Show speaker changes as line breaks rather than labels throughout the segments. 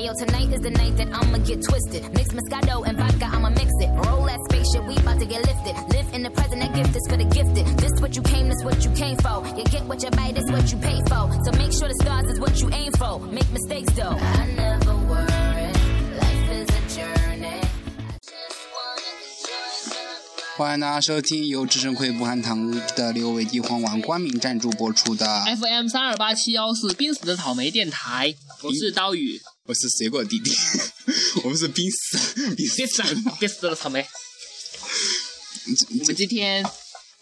yo, tonight is the night that I'ma get twisted. Mix Moscato and vodka, I'ma mix it. Roll that spaceship, we about to get lifted. Live in the present, that gift is for the gifted. This what you came, this what you came for. You get what you buy, this what you pay for. So make sure the stars is what you aim for. Make mistakes though. I never worry. Life is a journey. I just wanna be yours.
欢迎大家收听由至胜溃不含糖的刘伟地黄丸冠名赞助播出的。
FM 三二八七幺四，濒死的草莓电台，我啊是刀宇，
我是水果弟弟， 我们是濒死，濒
濒
死。
死了，濒死的草莓。我们今天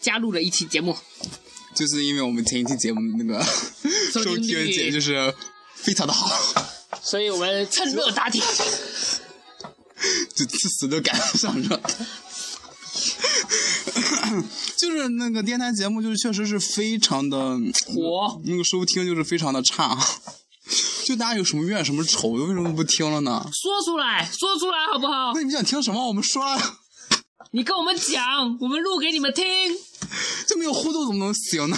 加入了一期节目，
就是因为我们前一期节目那个
收
收
听
听
率
节就是非常的好，
所以我们趁热打铁。
就吃屎都赶不上了。 就是那个电台节目，就是确实是非常的
火
那个收听就是非常的差。 就大家有什么怨什么仇的，为什么不听了呢？
说出来，说出来好不好
那？你们想听什么？我们说了，
你跟我们讲，我们录给你们听。
这没有互动怎么能行呢？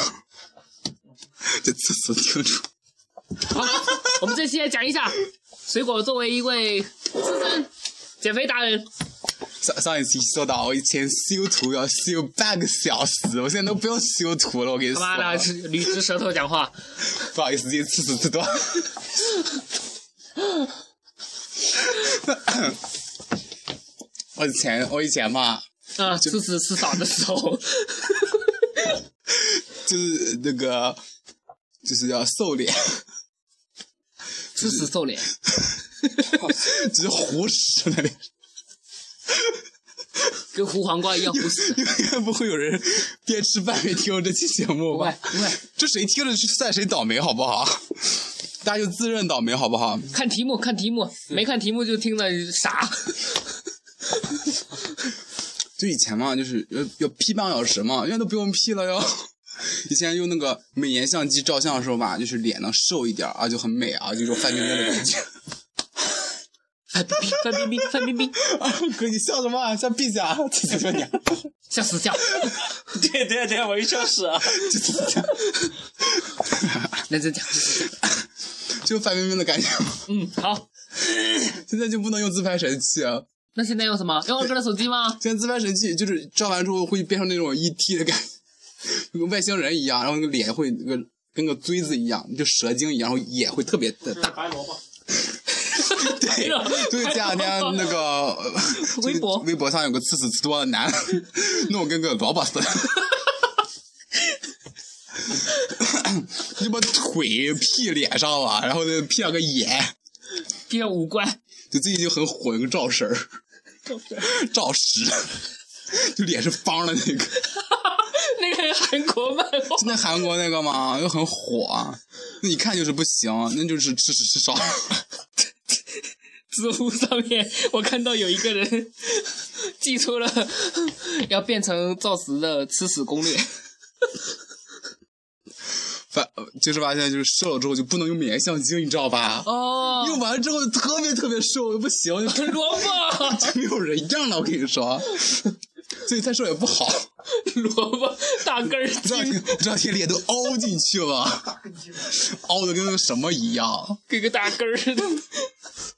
这次次听着，
好，我们这期来讲一下，水果作为一位资深减肥达人，
上上一期说到我以前修图要修半个小时，我现在都不用修图了，我跟你
他
说。
妈的是啊捋直舌头讲话。
不好意思，这次次次多。我以前我以前嘛，
啊，吃屎吃少的时 候，
就是那个就是要瘦脸，
吃屎瘦脸。
只是胡使那里，
跟胡黄瓜一样不死。
应该不会有人边吃饭边听我这期节目
不会
吧？
不会，
这谁听了就算谁倒霉，好不好？ 大家就自认倒霉，好不好？
看题目看题目，没看题目就听了 傻。
就以前嘛，就是要要 P 半个小时嘛，现在都不用 P 了哟。 以前用那个美颜相机照相的时候吧，就是脸能瘦一点儿啊，就很美啊，就有范冰冰的感觉。
范冰冰，范冰冰，范冰冰，
啊哥，你笑什么、啊？笑闭嘴啊！ 这次说你啊，
笑死笑。
对对对，我一笑死了。
这次 说
认真讲，
你就范冰冰的感觉。
嗯，好。
现在就不能用自拍神器啊，
那现在用什么？用二哥的手 机吗？
现在自拍神器就是照完之后会变成那种 ET 的感觉， 跟外星人一样，然后那个脸会那个跟个锥子一样，就蛇精一样，然后眼会特别的大。
白萝卜。
对， 就是前两天那个 呃
微博
微博上有个吃屎吃多的男， 弄跟个萝卜似的， 就把腿 P 脸上了，然后呢 P 了个眼，
变成五官，
就最近就很火，有个赵婶儿，赵石， 就脸是方的那个，
那个韩国漫画。
就那韩国那个嘛，就很火，那一看就是不行，那就是吃屎吃少。
知乎上面，我看到有一个人寄出了要变成赵石的吃屎攻略。
反就是吧，现在就是瘦了之后就不能用美颜相机，你知道吧？
哦，
用完之后特别特别瘦，不行，就跟
萝 卜，
就没有人样了。我跟你说，所以太瘦也不好，
萝卜，大根儿
这两
筋，
天这两天脸都凹进去了，凹的跟那个什么一样，
跟个大根儿似的，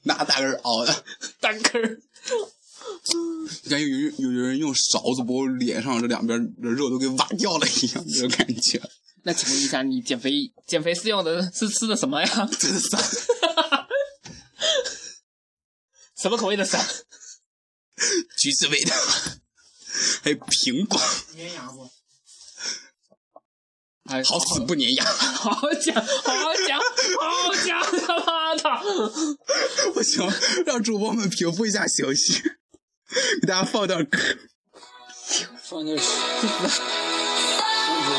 拿大根儿凹的，
大根儿。
感觉有人有人用勺子把我脸上这两边的肉都给挖掉了一样，这种感觉。
那请问一下，你减肥减肥是用的是 吃的什么呀？
真的酸，
什么口味的伞？
橘子味的，还有苹果，
粘牙不？
哎，
好死不粘牙。
好好讲，好好讲，好好讲，他妈的！
不行，让主播们平复一下情绪，给大家放段歌。
放点屎。我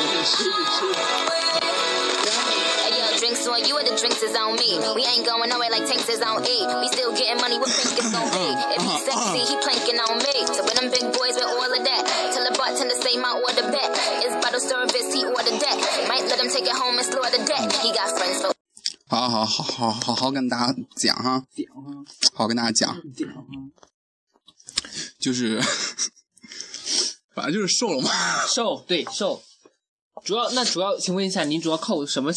Ayo, drinks on you and the drinks is on me. We ain't going nowhere like tanks is on E. We still getting money, what pink is on me. If he's sexy, he planking on me. So when them big boys with all of that, tell the bartender say my order back. It's bottle service, he ordered that. Might let him take it home and slaughter that. He got friends for
好好好好好好跟大家讲哈，
屌啊，
好跟大家讲，
屌啊！
就是 反正就是瘦了嘛，
瘦，对瘦，主要那主要，请问一下，您主要靠什么？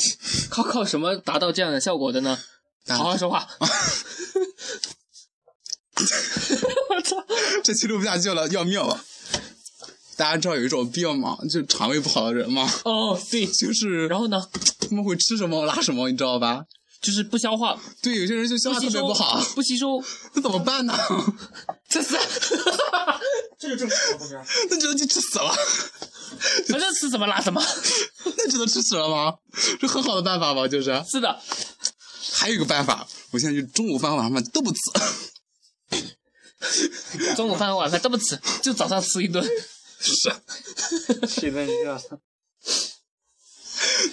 靠靠什么达到这样的效果的呢？
当
好好说话。 我操！
这期录不下去了，要命了！大家知道有一种病吗？就肠胃不好的人吗？
哦，对，
就是
然后呢，
他们会吃什么拉什么，你知道吧？
就是不消化，
对，有些人就消化
吸
特别
收
不好，
不吸收，
那怎么办呢？
这 是，
这就正常不是？
那只能去吃屎了，
反正吃什么拉什么。
那只能吃屎了吗？这很好的办法吧，就是。
是的，
还有一个办法，我现在就中午饭、晚上饭都不吃，
中午饭、晚饭都不吃，就早上吃一顿。
谁能这样？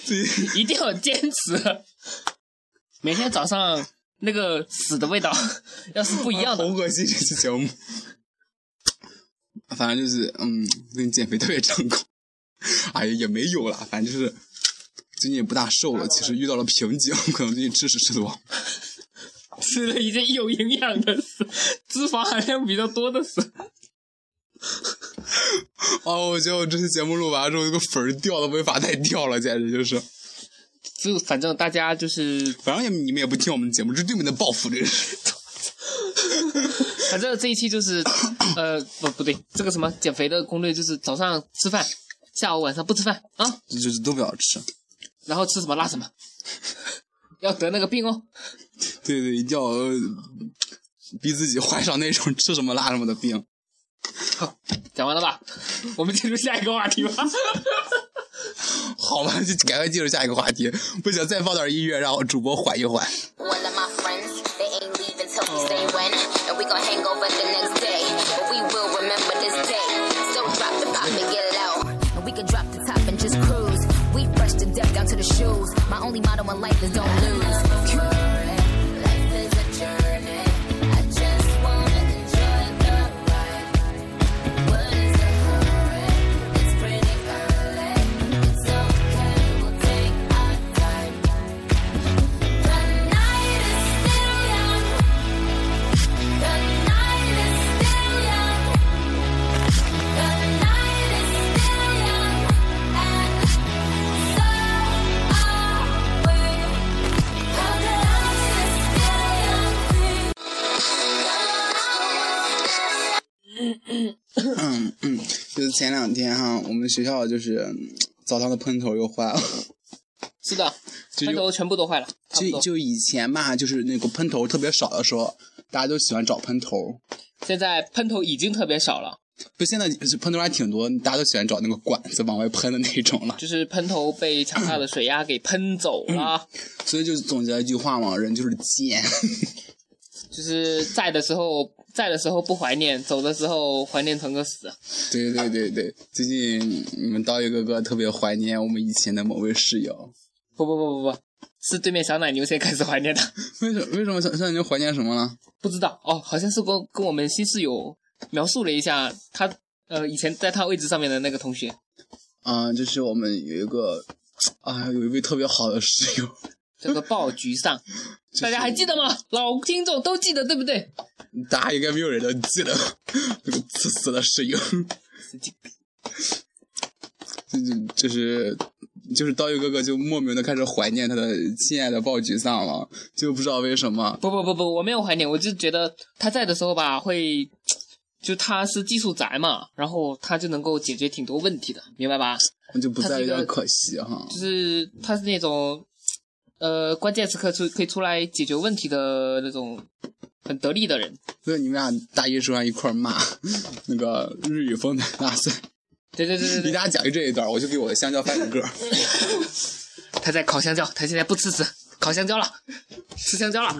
对，
一定要坚持。每天早上那个屎的味道， 要是不一样
好
的，
恶心这期节目。 反正就是，嗯，最近减肥特别成功， 哎呀也没有啦，反正就是最近也不大瘦了，其实遇到了瓶颈， 可能最近吃屎吃多。
吃了一件有营养的屎，脂肪含量比较多的屎。
哦，我觉得我这期节目录完之后，这个粉儿掉的没法再掉了，简直就是。
就反正大家就是，
反正也你们也不听我们节目，这是对你们的报复，这是。
反正这一期就是，呃，不不对，这个什么减肥的攻略就是早上吃饭，下午晚上不吃饭啊，
就是都不要吃。
然后吃什么拉什么， 要得那个病哦。
对对，一定要呃逼自己怀上那种吃什么拉什么的病。
讲完了吧？我们进入下一个话题吧。
好吧，就赶快进入下一个话题。不行，再放点音乐，让我主播缓一缓。
One of my friends, they ain't leaving till we say when. And we gon' hang over the next day. But we will remember this day. So drop the pop and get low. And we can drop the top and just cruise. We fresh to death down to the shoes. My only motto in life is don't lose. Life is a journey. I just wanna enjoy the ride. What is the hurry? It's pretty early. It's okay, we'll take our time. The night is still young. The night is still young. The night is still young, and so are we. Cause love is still young.
嗯嗯，就是前两天哈，我们学校就是嗯澡堂的喷头又坏了。
是的，
就
喷头全部都坏了，差不
就
多。
就以前吧，就是那个喷头特别少的时候，大家都喜欢找喷头。
现在喷头已经特别少了。
就现在就是喷头还挺多，大家都喜欢找那个管子往外喷的那种了。
就是喷头被强大的水压给喷走了。
所以就是总结一句话嘛，人就是贱。
就是在的时候，在的时候不怀念，走的时候怀念成个死。
对对对对，最近你们刀鱼哥哥特别怀念我们以前的某位室友。
不不不不不，是对面小奶牛先开始怀念的。
为什为什么小小牛怀念什么了？
不知道哦，好像是跟跟我们新室友描述了一下他呃以前在他位置上面的那个同学
啊、就是我们有一个啊，有一位特别好的室友，
叫做爆菊上，大家还记得吗？老听众都记得对不对？
大家应该没有人能记得 那个自私的室友，
神经病
就是就是就是刀鱼哥哥就莫名的开始怀念他的亲爱的鲍菊桑了，就不知道为什么。
不不不不，我没有怀念，我就觉得他在的时候吧会。就他是技术宅嘛，然后他就能够解决挺多问题的，明白吧？
我就不
他是
在有
一个
点可惜哈，
就是他是那种，呃，关键时刻出可以出来解决问题的那种很得力的人。
所以你们俩大一时候还一块儿骂 那个日语风的大赛，
对对对
你
对对，
俩讲一这一段，我就给我的香蕉翻个个儿。
他在烤香蕉，他现在不吃纸，烤香蕉了，吃香蕉了。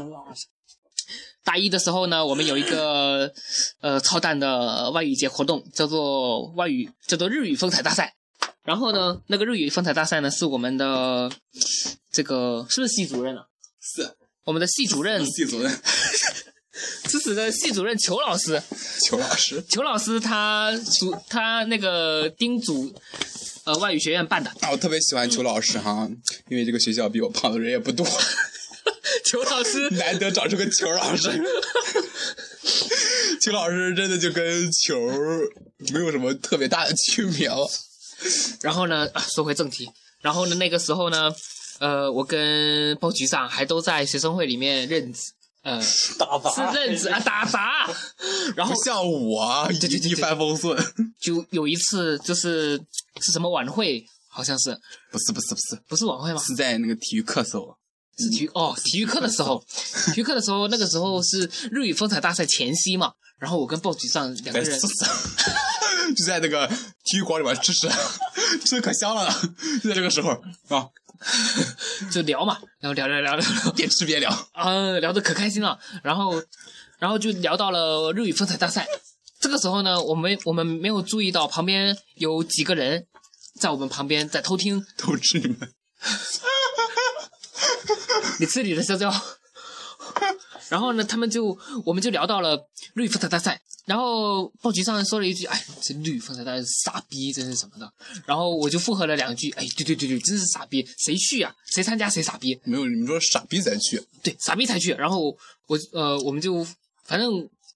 大一的时候呢，我们有一个呃超蛋的外语节活动，叫做外语叫做日语风采大赛。然后呢，那个日语风采大赛呢，是我们的这个是不是系主任啊？
是，
我们的系主任，
系主任
是指的系主任裘老师，
裘老师。
裘老师他主他那个叮嘱，呃，外语学院办的。
啊，我特别喜欢裘老师哈，因为这个学校比我胖的人也不多，
裘老师，
难得找出个裘老 师。裘老师真的就跟球没有什么特别大的区别了。
然后呢，啊说回正题，然后呢，那个时候呢，呃，我跟包局长还都在学生会里面任职，呃，是
打杂
认识 啊，打杂。然后
不像我
哦
啊
对对对
一帆风顺，
就有一次，就是是什么晚会，好像是
不是不是不是，
不是晚会吗？
是在那个体育课时候，
是体育哦，体育课的时 候，体育课的时候，那个时候是日语风采大赛前夕嘛。然后我跟鲍局长两
在
个
吃
人，
屎， 就在那个体育馆里面吃屎， 吃的可香了呢，就在这个时候啊，
就聊嘛，然后聊聊聊聊聊，
边吃边聊，
啊，聊得可开心了。然后，然后就聊到了日语风采大赛。这个时候呢，我们我们没有注意到旁边有几个人在我们旁边在偷听
偷吃你们，
你吃你的香蕉。 然后呢，他们就我们就聊到了绿风采大赛，然后鲍局上说了一句：“哎，这绿风采大赛傻逼，真是什么的。”然后我就附和了两句：“哎，对对对对，真是傻逼，谁去呀、谁参加谁傻逼，
没有你们说傻逼才去，
对，傻逼才去。”然后我呃，我们就反正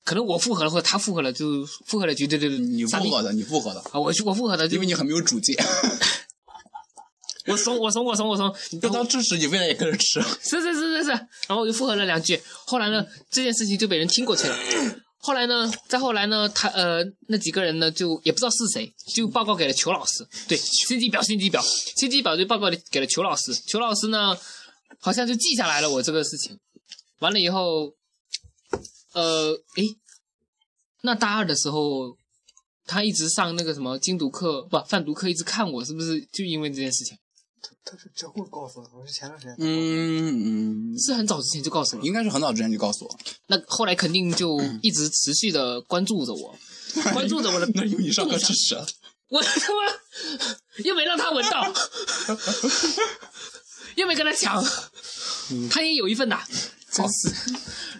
可能我附和了，或者他附和了，就附和了一句：“对对对，
你
傻
附
逼哦
和的，你附和的，
啊！”我去，我附和的，就
因为你很没有主见，
我怂，我怂，我怂，我怂。
就当吃屎，你未来也跟着吃，
是是是是是，然后我就附和了两句。后来呢，这件事情就被人听过去了。后来呢，再后来呢，他呃那几个人呢，就也不知道是谁，就报告给了裘老师。对，心机婊，心机婊，心机婊就报告给了裘老师。裘老师呢，好像就记下来了我这个事情。完了以后，呃，诶，那大二的时候，他一直上那个什么禁毒课，不贩毒课，一直看我，是不是就因为这件事情？
他是这会儿告诉我的，我是前段时间。
嗯嗯，
是很早之前就告诉我了。
应该是很早之前就告诉我，
那后来肯定就一直持续的关注着我，关注着我的
那因为你上课吃屎，
我他妈又没让他闻到，又没跟他抢，他也有一份的，真是。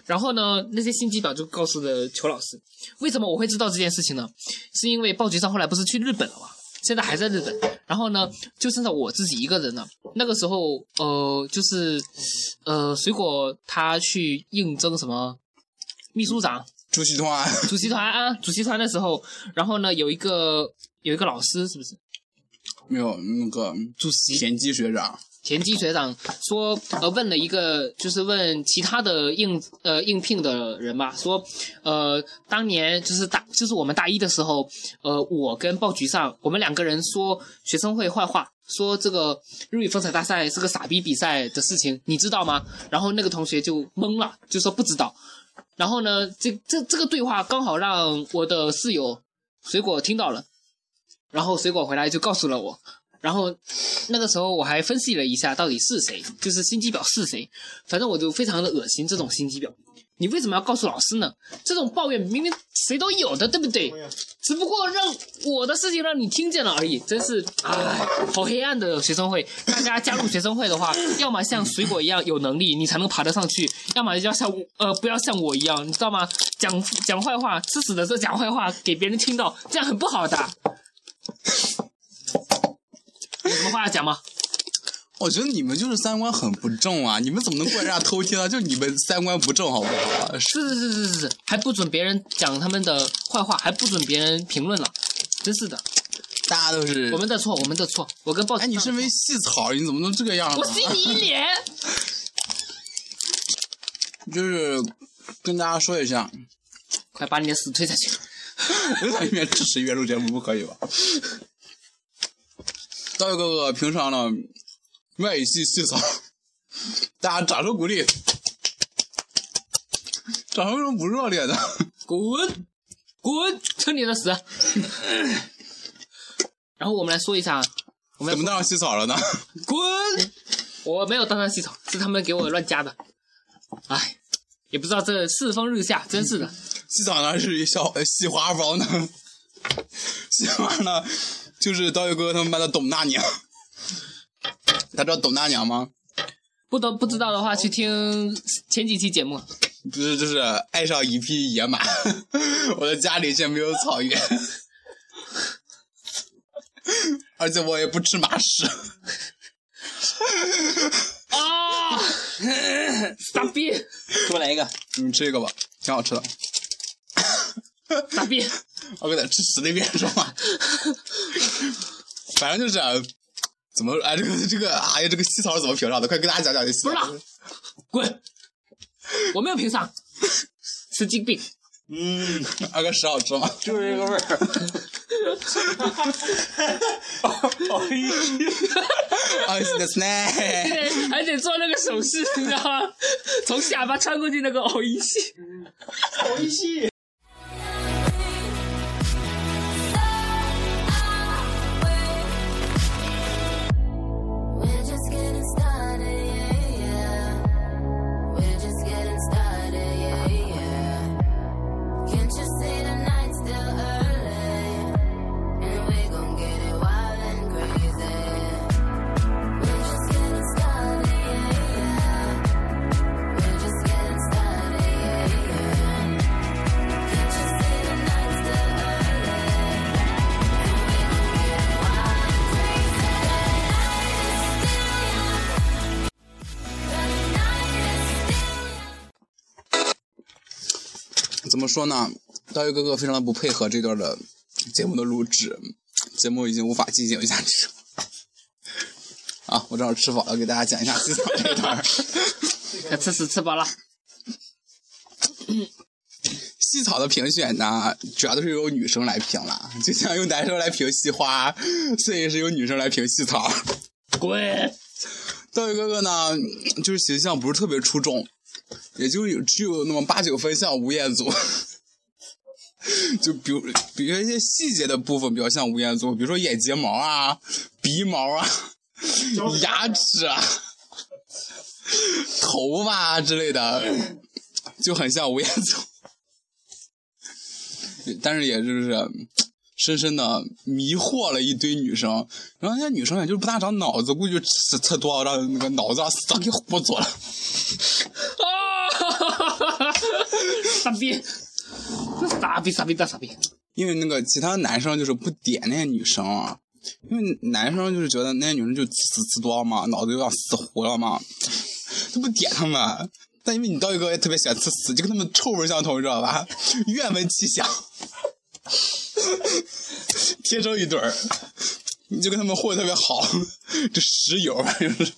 然后呢，那些心机婊就告诉了裘老师，为什么我会知道这件事情呢？是因为鲍局长后来不是去日本了吗？现在还在日本，然后呢，就剩下我自己一个人了。那个时候，呃，就是，呃，水果他去应征什么秘书长，
出去通啊，
主席团啊，主席团的时候，然后呢，有一个有一个老师是不是
没有那个
主席
田鸡学长，
田鸡学长说，呃，问了一个就是问其他的应呃应聘的人吧，说，呃，当年就是大就是我们大一的时候，呃，我跟鲍局上我们两个人说学生会坏话。说这个日语风采大赛是个傻逼比赛的事情，你知道吗？然后那个同学就懵了，就说不知道。然后呢，这这这个对话刚好让我的室友水果听到了，然后水果回来就告诉了我。然后那个时候我还分析了一下到底是谁，就是心机婊是谁。反正我就非常的恶心这种心机婊。你为什么要告诉老师呢？这种抱怨明明谁都有的，对不对？只不过让我的事情让你听见了而已，真是唉，好黑暗的学生会。大家加入学生会的话，要么像水果一样有能力，你才能爬得上去；要么要像我呃，不要像我一样，你知道吗？讲讲坏话，吃屎的时候讲坏话给别人听到，这样很不好的。有什么话要讲吗？
我觉得你们就是三观很不正啊！你们怎么能怪人家偷听啊？就你们三观不正，好不好？是
是是是是是，还不准别人讲他们的坏话，还不准别人评论了，真是的，
大家都是
我们的错，我们的错。我跟报纸
哎，
上
你
的错，
身为细草，你怎么能这个样啊呢？
我吸你一脸。
就是跟大家说一下，
快把你的屎推下去！
我想一边支持一边录节目，不可以吧？刀鱼哥哥平常呢，外语系细草，大家掌声鼓励，掌声为什么不热烈呢？
滚，滚，吃你的 屎！然后我们来说一下，我们
怎么
来
当上细草了呢？
滚！我没有当上系统，是他们给我乱加的。哎，也不知道这世风日下，真 是的。
细草呢是一小呃细花包呢，细花呢就是刀鱼哥他们班的董大娘，大家知道董大娘吗？
不都不知道的话，去听前几期节目。
不是，就是爱上一匹野马。 我的家里却没有草原，而且我也不吃马屎。
啊！傻逼，
给我来一个，
你们吃一个吧，挺好吃的。
傻逼！
我搁那吃屎那边说话， 反正就是啊怎么哎这个这个哎呀这个西草是怎么评上的？快跟大家讲讲这西
不知
草
道。滚！我没有平嗓，神经病。
嗯，
二哥屎好吃吗？
就是这个味 哦儿。
啊，你的 snack，
对， 还得做那个手势，你知道吗？从下巴穿过去那个偶一系，
好一系，
We're just getting started, yeah, yeah. We're just getting started, yeah, yeah. Can't you see the night's still early? And we gon' get it wild and crazy. We're just getting started, yeah, yeah. We're just getting started, yeah, yeah. Can't you see the night's still early? And we gon' get it wild and crazy. The night is still young.
怎么说呢？大鱼哥哥非常的不配合这段的节目的录制，节目已经无法进行下去了。啊，我正好吃饱了，给大家讲一下自己这一段儿。
吃屎吃饱了。
细草的评选呢，主要都是由女生来评了，就像由男生来评细花，所以是由女生来评细草。
滚！
大宇哥哥呢，就是形象不是特别出众，也就有只有那么八九分，像吴彦祖。 就比如，比如一些细节的部分比较像吴彦祖，比如说眼睫毛啊、鼻毛啊、牙齿啊、头发啊之类的，就很像吴彦祖。 但是也就是深深的迷惑了一堆女生，然后那些女生也就是不大长脑子，估计就吃吃多少让那个脑子让啊早给糊住了。
啊！傻逼！傻逼傻逼大傻逼！
因为那个其他男生就是不点那些女生啊，因为男生就是觉得那些女生就死死多嘛，脑子有点死糊了嘛，就不点他们。但因为你道一哥也特别喜欢吃屎，就跟他们臭味相投，你知道吧？愿闻其详， 天生一对儿，你就跟他们混得特别好， 这石友就是。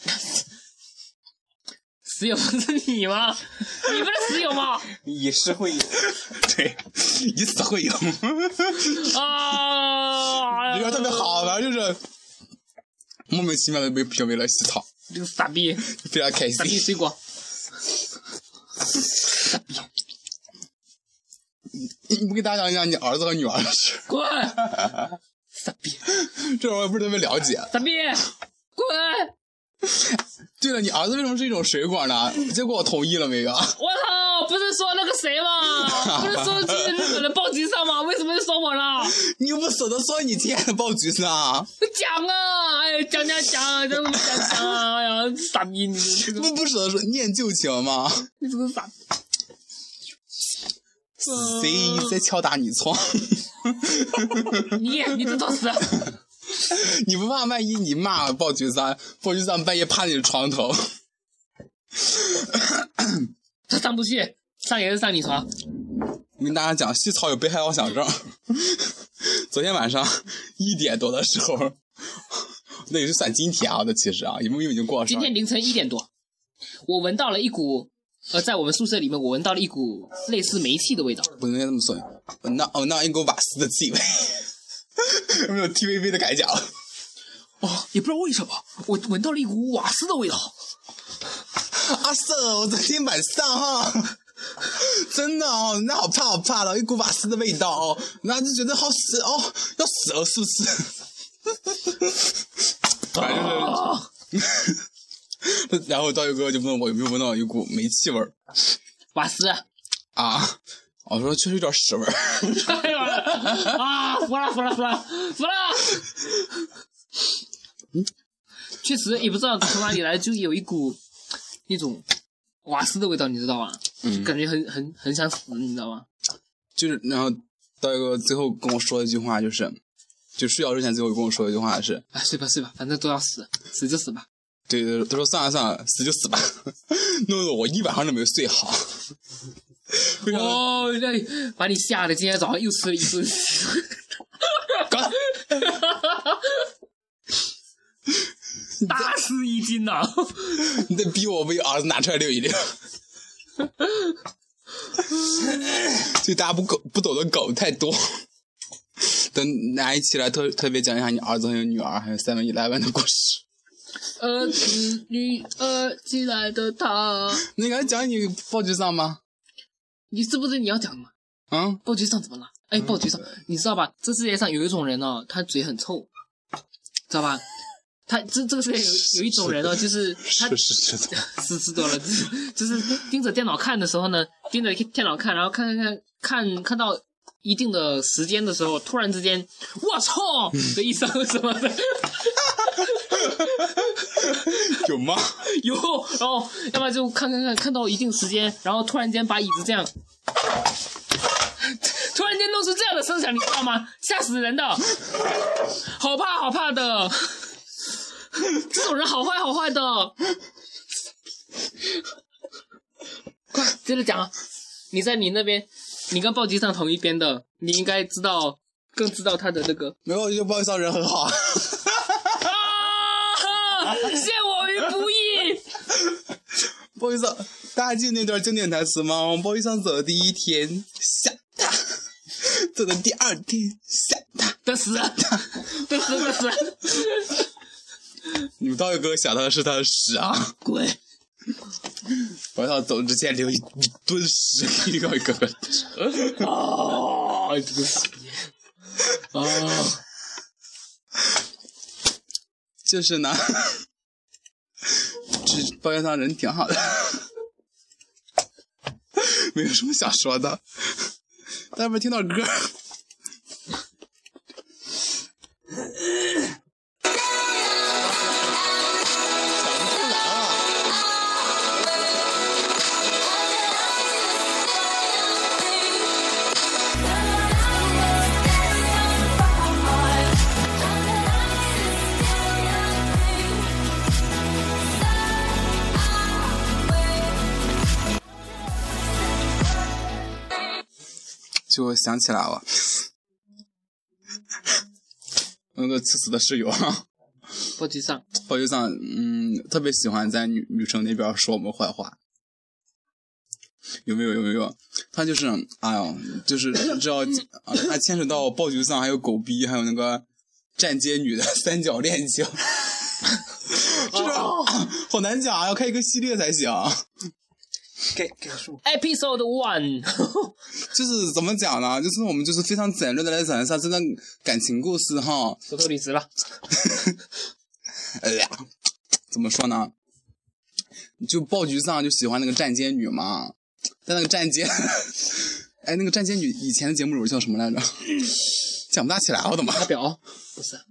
室友不是你吗？你不是室友吗？
以诗会友，
对，以死会友，
啊！
这个特别好，反正就是莫名其妙的被评为了西草，
这个傻逼，
非常开
傻逼
心。
水果，
你不给大家讲一讲你儿子和女儿的事？
滚！傻逼，
这我也不是特别了解。
傻逼，滚！
对了，你儿子为什么是一种水果呢？结果我同意了没有？
我操！不是说那个谁 吗？不是说去日本的报纸上吗？为什么又说我了？
你又不舍得说你亲爱的爆菊呢？
讲啊！哎，讲讲讲，真不讲讲啊！哎呀，傻逼，你这个
不不舍得说念旧情吗？
你这个傻逼。
谁在敲打你窗？
你你这找死！
你不怕万一你骂了爆菊三，爆菊三半夜趴你床头？
他上不去，上也是上你床。
我跟大家讲，细草有被害妄想症。 昨天晚上一点多的时候， 那也就算今天啊，那其实啊，因为已经过了十
今
二
天凌晨一点多，我闻到了一股，呃，在我们宿舍里面，我闻到了一股类似煤气的味道。
不能这么说，我那我那一股瓦斯的气味， 有没有 TVB 的感觉？
哦，也不知道为什么，我闻到了一股瓦斯的味道。
阿瑟，我昨天晚上哈， 真的哦，那好怕好怕的，一股瓦斯的味道哦，那就觉得好死哦，要死了是不是？反正就是
啊！
然后道友哥就问我有没有闻到一股煤气味儿
瓦斯！
啊？我说确实有点屎味儿。
哎呦我的啊！服了服了服了服了！确实也不知道从哪里来，就是有一股那种瓦斯的味道，你知道吗？就感觉很很很想死，你知道吗？
就是然后道友哥最后跟我说一句话，就是就睡觉之前最后跟我说一句话是，
啊，睡吧睡吧，反正都要死，死就死吧。
对对，他说算了算了，死就死吧， 弄得我一晚上都没有睡好。 非常的
哦，那把你吓得今天早上又吃了一顿。
干，
大吃一惊呐、啊
你得逼我为儿子拿出来溜一溜。 就大家不狗不懂的梗太多。等哪一期来特特别讲一下你儿子还有女儿还有 Seven Eleven 的故事？
呃，子女呃进来的他，
你敢讲你报纸上吗？
你是不是你要讲的嘛？
嗯，
鲍局长怎么了？哎，鲍局长，你知道吧？这世界上有一种人哦，他嘴很臭，知道吧？他这这个世界有有一种人哦，就是他
是是是的，
是知道了，就是就是盯着电脑看的时候呢，盯着电脑看，然后看看看看看到一定的时间的时候，突然之间，我操的一声什么的，
有吗？
有，然后要么就看看看看到一定时间，然后突然间把椅子这样，突然间弄出这样的声响，你知道吗？吓死人的，好怕好怕的，这种人好坏好坏的，快接着讲啊！你在你那边，你跟暴击上同一边的，你应该知道，更知道他的那个
没有，就报纸上人很好。
啊， 陷我于不义。
报纸上，大家记得那段经典台词吗？我报纸上走的第一天吓他， 走的第二天吓他。
得死， 得死，得 死，
你们到底给我想到的是他的屎啊！
滚！
我要走之前留一一吨屎，一个一个个。
啊，这个死！啊，
就是呢，这报纸上人挺好的， 没有什么想说的。大家没听到歌儿？就想起来了。我那个吃屎的室友啊，
报纸上，
报纸上嗯特别喜欢在女女生那边说我们坏话，有没有有没有？他就是哎呦，就是只要啊他牵扯到报局上还有狗逼，还有那个站街女的三角恋情，这个、好难讲啊，要开一个系列才行。
给给数，
Episode One，
就是怎么讲呢？就是我们就是非常简略的来讲一下这段感情故事哈。
石头离职了。
哎呀，怎么说呢？就暴菊上就喜欢那个站街女嘛，但那个站街， 哎，那个站街女以前的节目组叫什么来着？讲不大起来了，怎么？
发表不是啊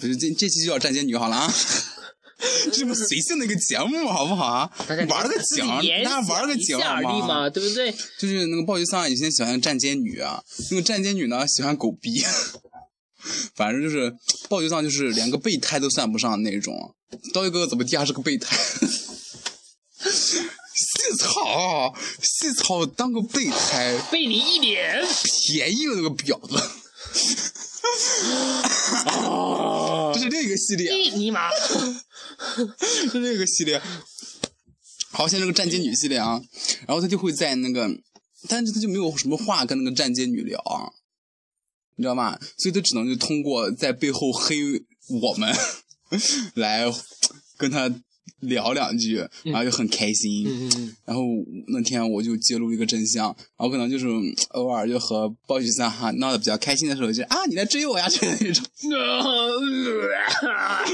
不是这这期就叫站街女好了啊。这不随性的一个节目，好不好啊？
大家
玩儿个
自己
景儿，
联
大家玩儿个
想一
景
下
儿
而已
嘛。
嘛，对不对？
就是那个暴菊上以前喜欢站街女啊，那个站街女呢喜欢狗逼， 反正就是暴菊上就是连个备胎都算不上那种，刀一哥怎么地还是个备胎， 细草细草当个备胎，
被你一脸
便宜了那个婊子。 这是另一个系列，啊
一尼 玛，
这是另一个系列。好，现在这个站街女系列啊，然后她就会在那个，但是她就没有什么话跟那个站街女聊啊，你知道吗？所以她只能就通过在背后黑我们来跟她聊两句，然后就很开心。然后那天我就揭露一个真相，然后可能就是嗯偶尔就和鲍许三哈闹得比较开心的时候就，啊你来追我呀之类的那种，
呃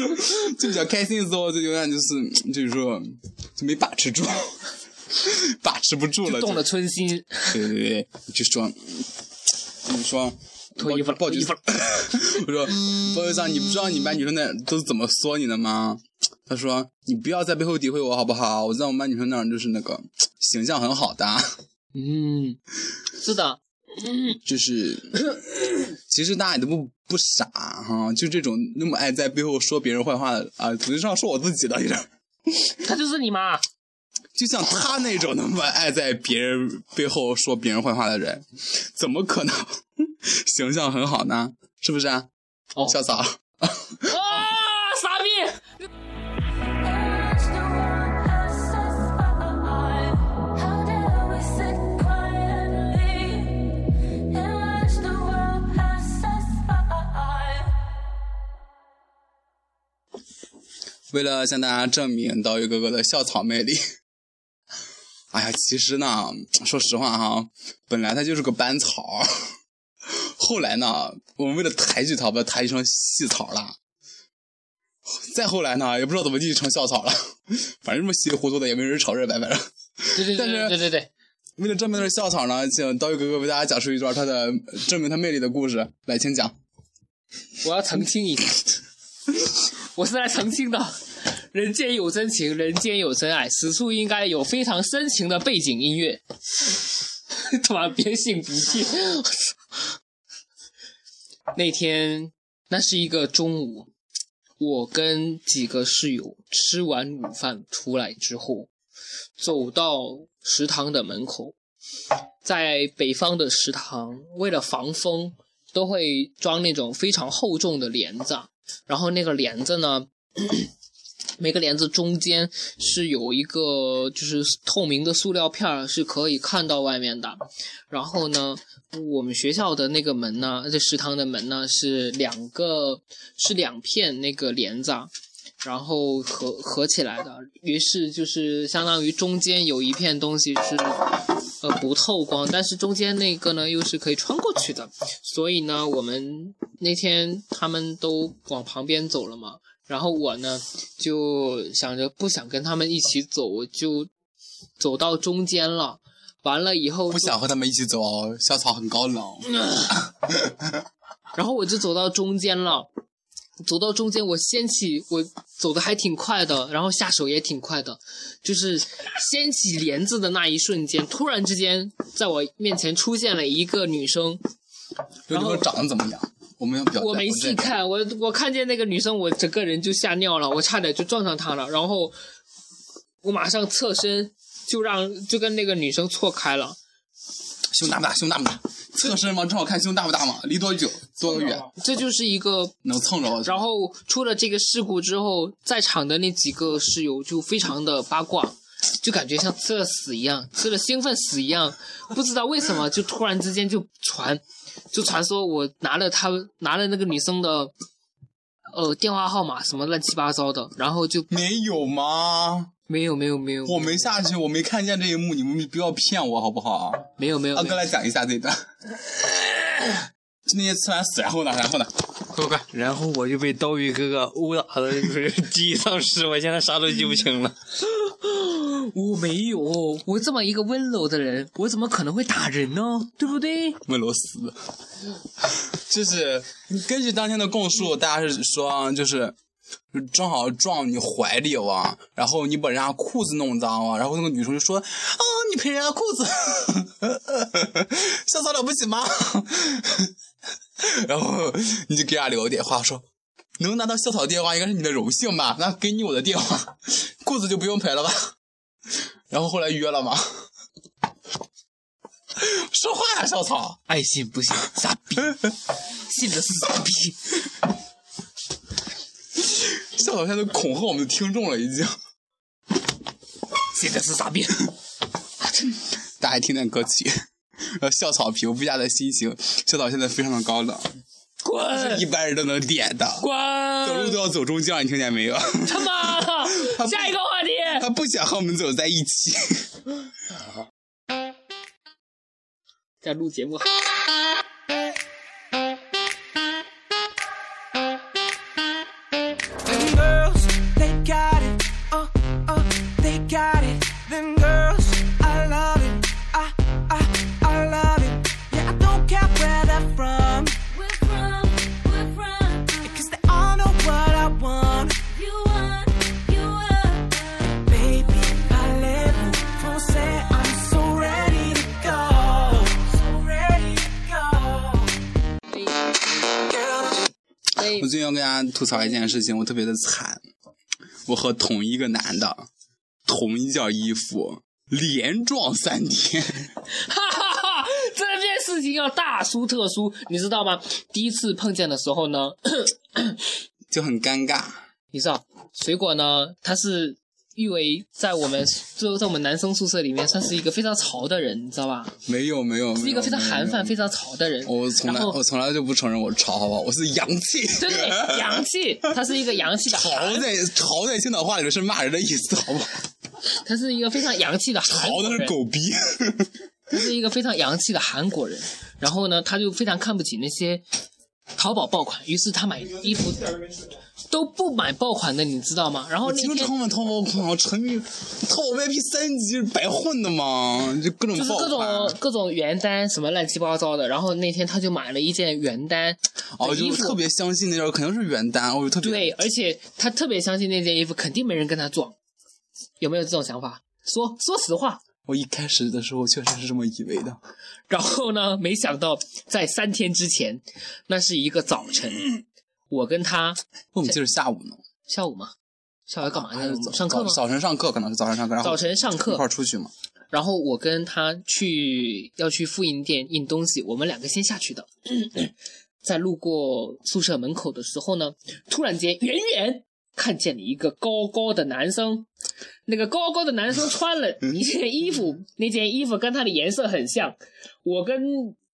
就比较开心的时候就永远就是嗯就是说就没把持住， 把持不住了，
动
就
了春心，
对对对，就说你说。
脱衣服了
鲍
脱
菊
衣服了
我说鲍菊桑，啊你不知道你们班女生那都怎么说你的吗？他说你不要在背后诋毁我好不好？我在我们班女生那儿就是那个形象很好的。啊
嗯，是的，
就是， 其实大家也都不不傻哈、就这种那么爱在背后说别人坏话的啊，总是上说我自己的有点儿，
他就是你嘛，
就像他那种那么爱在别人背后说别人坏话的人，怎么可能形象很好呢？ 是不是啊？
哦
小草，
啊，傻逼！
How did I
为了向大家证明刀鱼哥哥的校草魅力， 哎呀，其实呢，说实话哈，本来他就是个班草， 后来呢，我们为了抬举他，把他抬举成细草了。再后来呢，也不知道怎么就成校草了， 反正这么稀里糊涂的，也没人吵这白白了。
对对对
但是
对对对对，
为了证明他是校草呢，请刀鱼哥哥为大家讲述一段他的证明他魅力的故事。来，请讲。
我要澄清一下，我是来澄清的。人间有真情，人间有真爱，此处应该有非常深情的背景音乐。他妈别擤鼻涕！我操！那天那是一个中午，我跟几个室友吃完午饭出来之后，走到食堂的门口，在北方的食堂，为了防风，都会装那种非常厚重的帘子，啊然后那个帘子呢， 每个帘子中间是有一个就是透明的塑料片儿，是可以看到外面的。然后呢，我们学校的那个门呢，这食堂的门呢是两个是两片那个帘子啊。然后合合起来的，于是就是相当于中间有一片东西是呃不透光，但是中间那个呢又是可以穿过去的，所以呢，我们那天他们都往旁边走了嘛，然后我呢就想着不想跟他们一起走，我就走到中间了。完了以后
不
就
想和他们一起走哦，校草很高 冷。
然后我就走到中间了，走到中间，我掀起我走的还挺快的，然后下手也挺快的，就是掀起帘子的那一瞬间，突然之间在我面前出现了一个女生，
就这
然后
个长得怎么样？我们要表
我没细看，我我看见那个女生，我整个人就吓尿了，我差点就撞上她了，然后我马上侧身就让就跟那个女生错开了。
胸大不大？胸大不大？侧身吗？正好看胸大不大嘛？离多久？多远？
这就是一个
能蹭着我？
然后出了这个事故之后，在场的那几个室友就非常的八卦，就感觉像吃了屎一样，吃了兴奋屎一样，不知道为什么就突然之间就传，就传说我拿了他拿了那个女生的，呃电话号码什么乱七八糟的，然后就
没有吗？
没有没有没有
我没下去，我没看见这一幕，你们不要骗我好不好？
没有没有
阿
没
哥
有，
来讲一下这一段。 就那些吃完屎，然后呢？然后呢？
快快，
然后我就被刀鱼哥哥殴打的 记忆丧失，我现在啥都记不清了。
我没有，我这么一个温柔的人，我怎么可能会打人呢？对不对？
温罗斯， 就是根据当天的供述，大家是说就是正好撞你怀里哇，然后你把人家裤子弄脏了，然后那个女生就说啊，你赔人家裤子， 校草了不起吗？ 然后你就给俺留个电话说。能拿到校草电话应该是你的荣幸吧？那给你我的电话，裤子就不用赔了吧？然后后来约了吗？ 说话呀、校草！
爱信不信，傻逼！
信的是傻逼。
校草现在恐吓我们的听众了，已经。
现在是啥病？
大家听听歌曲，呃，校草平复一下的心情。校草现在非常的高冷，
滚
一般人都能点的，走路
滚！
都要走中间，你听见没有？
他妈的！下一个话题。
他不想和我们走在一起。
在录节目。
Them girls, they got it. Uh, uh, they got it. Them girls, I love it. I, I, I love it. Yeah, I don't care where they're from.
We're from, we're from.
Cause they all know what I want.
You want, you want.
Baby, parlez-vous français? I'm so ready to go. So ready to go.
我最近要跟大家吐槽一件事情，我特别的惨。我和同一个男的，同一件衣服连撞三天，
哈哈哈！ 这件事情要大书特书，你知道吗？第一次碰见的时候呢，
就很尴尬。
你知道水果呢，它是玉伟在我们就在我们男生宿舍里面算是一个非常潮的人，你知道吧？
没有没有，
是一个非常韩范、非
常。
常潮的人。
我从来
然后
我从来就不承认我潮，好不好？我是洋气。
对对 对，洋气，他是一个洋气的
潮
韩，
在潮在青岛话里是骂人的意思，好不好？
他是一个非常洋气的韩
潮
国
的
人
是狗逼。
他是一个非常洋气的韩国人，然后呢，他就非常看不起那些淘宝爆款，于是他买衣服都不买爆款的，你知道吗？然后
我
那
经
天
常玩淘宝款，我沉迷淘宝 VIP 三级是白混的嘛，就各种
就是
爆
各种
款，啊
各种原单什么乱七八糟的，然后那天他就买了一件原单
哦，
的衣
就
服，
特别相信那件肯定是原单，我就特别
对，而且他特别相信那件衣服肯定没人跟他撞，有没有这种想法？说说实话，
我一开始的时候确实是这么以为的，
然后呢，没想到在三天之前，那是一个早晨，我跟他
我怎么记得下午呢？
下午嘛，下午要干嘛
还是
呢
啊早？
嗯上课吗？
早晨上课可能是早晨上课，然后
早晨上
一块儿
课，
出去嘛。
然后我跟他去要去复印店印东西，我们两个先下去的。
嗯
在路过宿舍门口的时候呢，突然间远远看见了一个高高的男生，那个高高的男生穿了
嗯
一件衣服，那件衣服跟他的颜色很像。我跟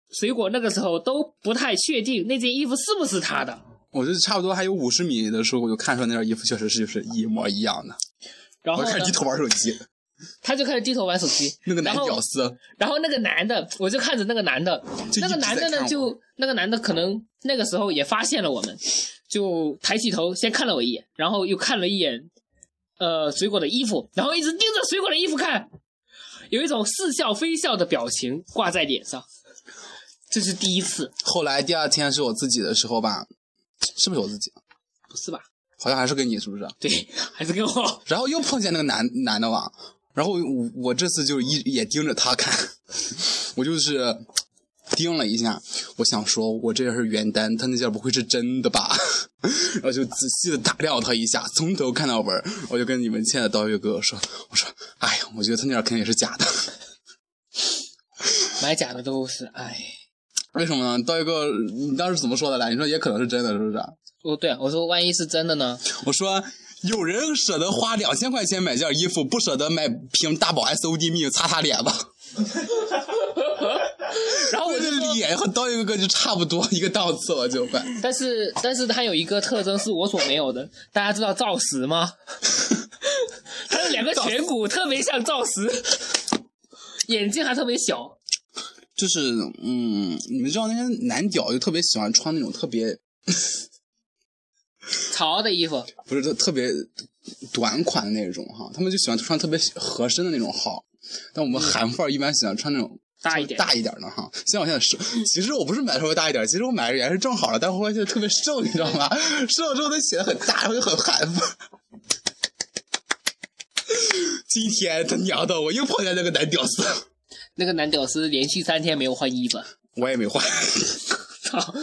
水果那个时候都不太确定那件衣服是不是他的。
我就差不多还有五十米的时候，我就看出来那件衣服确实是就是一模一样的。
然
我
后
就开始
呢
低头玩手机，
他就开始低头玩手机。
那个男
然后
屌丝
然后那个男的，我就看着那个男的，
就
那个男的
一直在看
呢，
我
就那个男的可能那个时候也发现了我们，就抬起头先看了我一眼，然后又看了一眼，呃，水果的衣服，然后一直盯着水果的衣服看，有一种似笑非笑的表情挂在脸上。这是第一次，
后来第二天是我自己的时候吧，是不是我自己？
不是吧？
好像还是跟你，是不是？
对，还是 跟我。
然后又碰见那个男男的吧，然后我我这次就一也盯着他看，我就是盯了一下，我想说，我这件是原单，他那件不会是真的吧？然后就仔细的打量了他一下，从头看到尾儿，我就跟你们亲爱的刀月哥说，我说，哎呀，我觉得他那件肯定也是假的。
买假的都是，哎，
为什么呢？刀月哥，你当时怎么说的来？你说也可能是真的，是不是？
哦对、啊，我说万一是真 的呢？
我说有人舍得花两千块钱买件衣服，不舍得买瓶大宝 SOD 蜜擦擦脸吧？
然后
我
我就
的
说，
脸和刀一个就差不多一个档次了，就快。
但是但是它有一个特征是我所没有的，大家知道赵石吗？ 它的两个颧骨特别像赵石，眼睛还特别小，
就是嗯，你们知道那些男屌就特别喜欢穿那种特别
潮的衣服。
不是特特别短款的那种哈，他们就喜欢穿特别合身的那种号。但我们韩范儿一般喜欢穿那种
大一点
大一点的哈。像我现在是，其实我不是买的稍微大一点，其实我买的也是正好的，但后来现在特别瘦，你知道吗？瘦了之后它显得很大，然后就很韩范儿。今天他娘的，我又碰见那个男屌丝，
那个男屌丝连续三天没有换衣服，
我也没换。
操！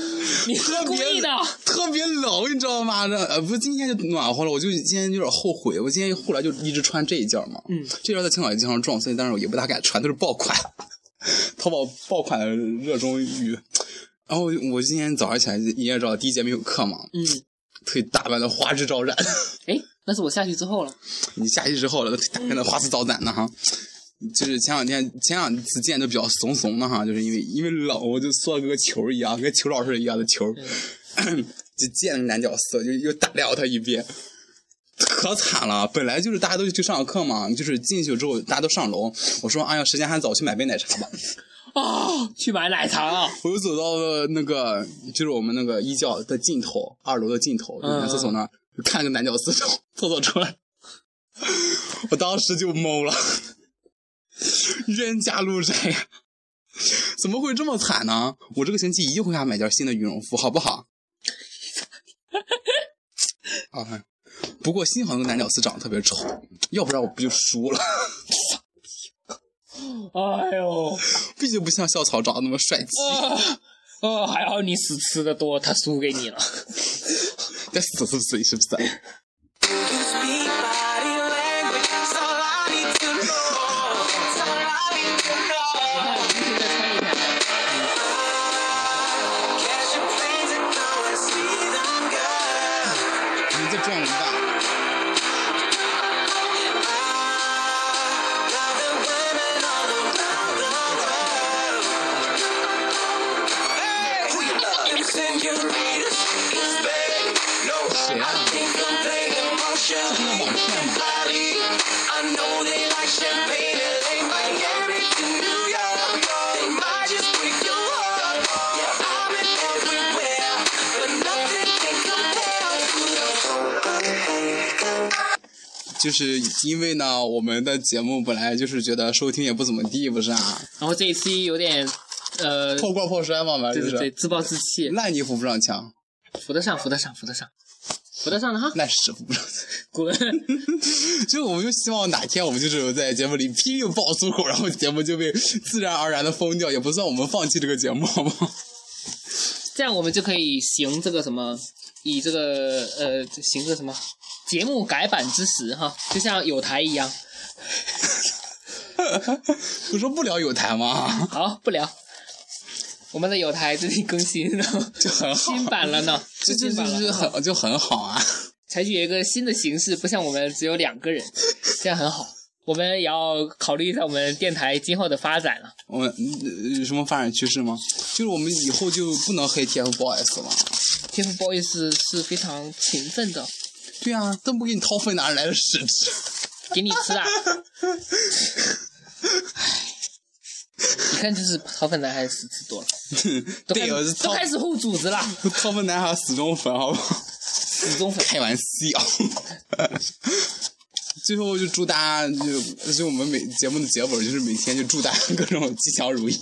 你是故意的？
特别冷，你知道吗？这呃，不是今天就暖和了，我就今天有点后悔，我今天后来就一直穿这一件嘛。嗯，这件在青岛也经常撞，所以但是我也不大敢穿，都是爆款，淘宝爆款的热衷于。然后我今天早上起来，你也知道第一节没有课嘛，
嗯，
腿打扮的花枝招展。
哎，那是我下去之后了。
你下去之后了，打扮的花枝招展的哈。就是前两天前两次见就比较怂怂的哈，就是因为因为冷，我就缩跟个球一样，跟球老师一样的球， 就见那男屌丝就又打量他一遍，可惨了。本来就是大家都去上课嘛，就是进去之后大家都上楼，我说哎呀时间还早，去买杯奶茶吧。
哦，去买奶茶了。
我就走到了那个就是我们那个一教的尽头，二楼的尽头，就男厕所那儿，就看个男屌丝从 厕所出来，我当时就懵了， 冤家路窄呀，怎么会这么惨呢？我这个星期一定会给他买件新的羽绒服，好不好？ 啊，不过幸好那个男屌丝长得特别丑，要不然我不就输了。
哎呦，
毕竟不像校草长得那么帅气，
哦，哦还好你屎吃的多，他输给 你了。
该死是不是？是不是？
You speak body language, so I need to know. So I need to know.
啊再穿一下。
Catch your planes and go and see them go.
你这撞人吧。
I
谁啊？真的网骗吗？就是因为呢，我们的节目本来就是觉得收听也不怎么地，不是啊？
然后这一期有点，呃，
破罐破摔嘛，反
对
正就
对对，
是
自暴自弃，
烂泥扶不上墙，
扶得上，扶得上，扶得上，扶得上了哈，
烂屎扶不上墙。
滚！
就我们就希望哪天我们就是在节目里拼命爆粗口，然后节目就被自然而然的封掉，也不算我们放弃这个节目，好不好？
这样我们就可以行这个什么，以这个呃行这个什么节目改版之时哈，就像有台一样。
不说不聊有台吗？
好，不聊。我们的有台最近更 新了，
就很好，
新版了呢，
这这
新
这
版了
是很就很好啊。
采取一个新的形式，不像我们只有两个人，这样很好。我们也要考虑一下我们电台今后的发展了。
我们呃有什么发展趋势吗？就是我们以后就不能黑 TFBOYS 了。
TFBOYS 是非常勤奋的，
对啊，都不给你掏粪，哪来的屎吃？
给你吃 啊！唉一看就是掏粪男孩子吃多了，都开
对，我
始
是
都
掏
开始护主子了，
掏粪男孩死忠粉，好不好？
死忠粉。
开玩笑。 最后就祝大家，就就我们每节目的结尾就是每天就祝大家各种吉祥如意，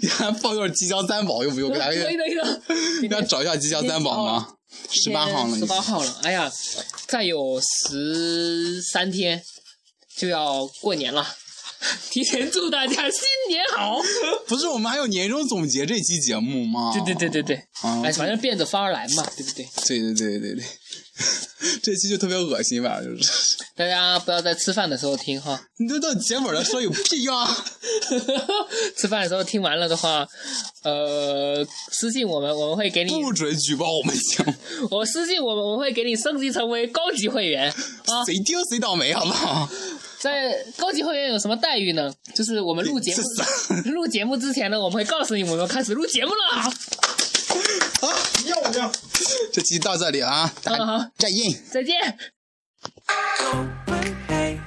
给大家报个吉祥三宝，又不用给大家
可以的，可以的。
给大家找一下吉祥三宝吗？十八号了，
十八号了，哎呀，再有十三天就要过年了， 提前祝大家新年 好！
不是我们还有年终总结这期节目吗？
对对对对对，
啊
哎，反正变着法儿来嘛，对不对？
对对对对 对，这期就特别恶心吧，就是
大家不要在吃饭的时候听哈，
你这到结尾了说有屁 用、啊？
吃饭的时候听完了的话，呃，私信我们，我们会给你，
不准举报我们节目，
我私信我们，我们会给你升级成为高级会 员啊。
谁听谁倒霉，好不好？
在高级会员有什么待遇呢？就是我们录节目
这是
录节目之前呢，我们会告诉你我们开始录节目了啊。
这期到这里了啊，大
啊
家
好
再见。
再见。
Copenhagen,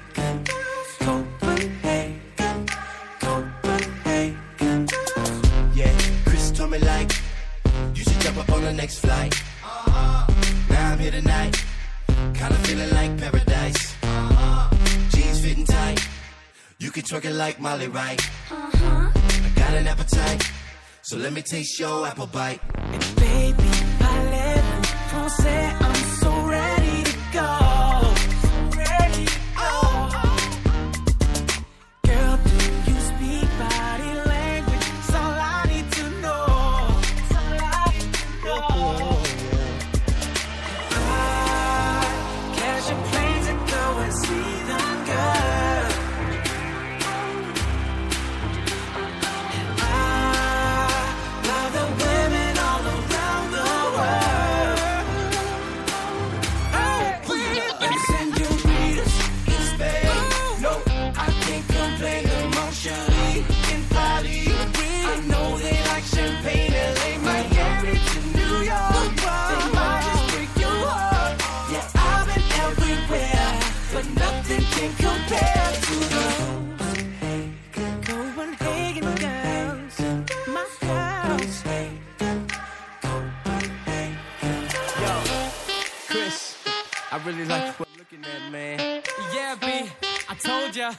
Copenhagen, Copenhagen.
Yeah, Chris told me like you should jump up on the next flight. Now I'm here tonight, kinda feeling like paradise. Uh-huh. Jeans fitting tight, you can twerk it like Molly right. I got an appetite, so let me taste your apple bite.
Baby, parlez-vous français? I'm so ready to go. So ready to go. Girl, do you speak body language? That's all I need to know. That's all I need to know. I catch a plane to go and see the girl. Love the women all around the world. Hey, and senoritas in Spain. No, I can't complain emotionally in body. I know they like champagne and they might carry to New York. They might just break your heart. Yeah, I've been everywhere, but nothing can compare to the Copenhagen girls, my girls.
Chris, I really like what I'm looking at, man.
Yeah, B, I told ya,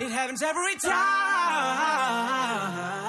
it happens every time.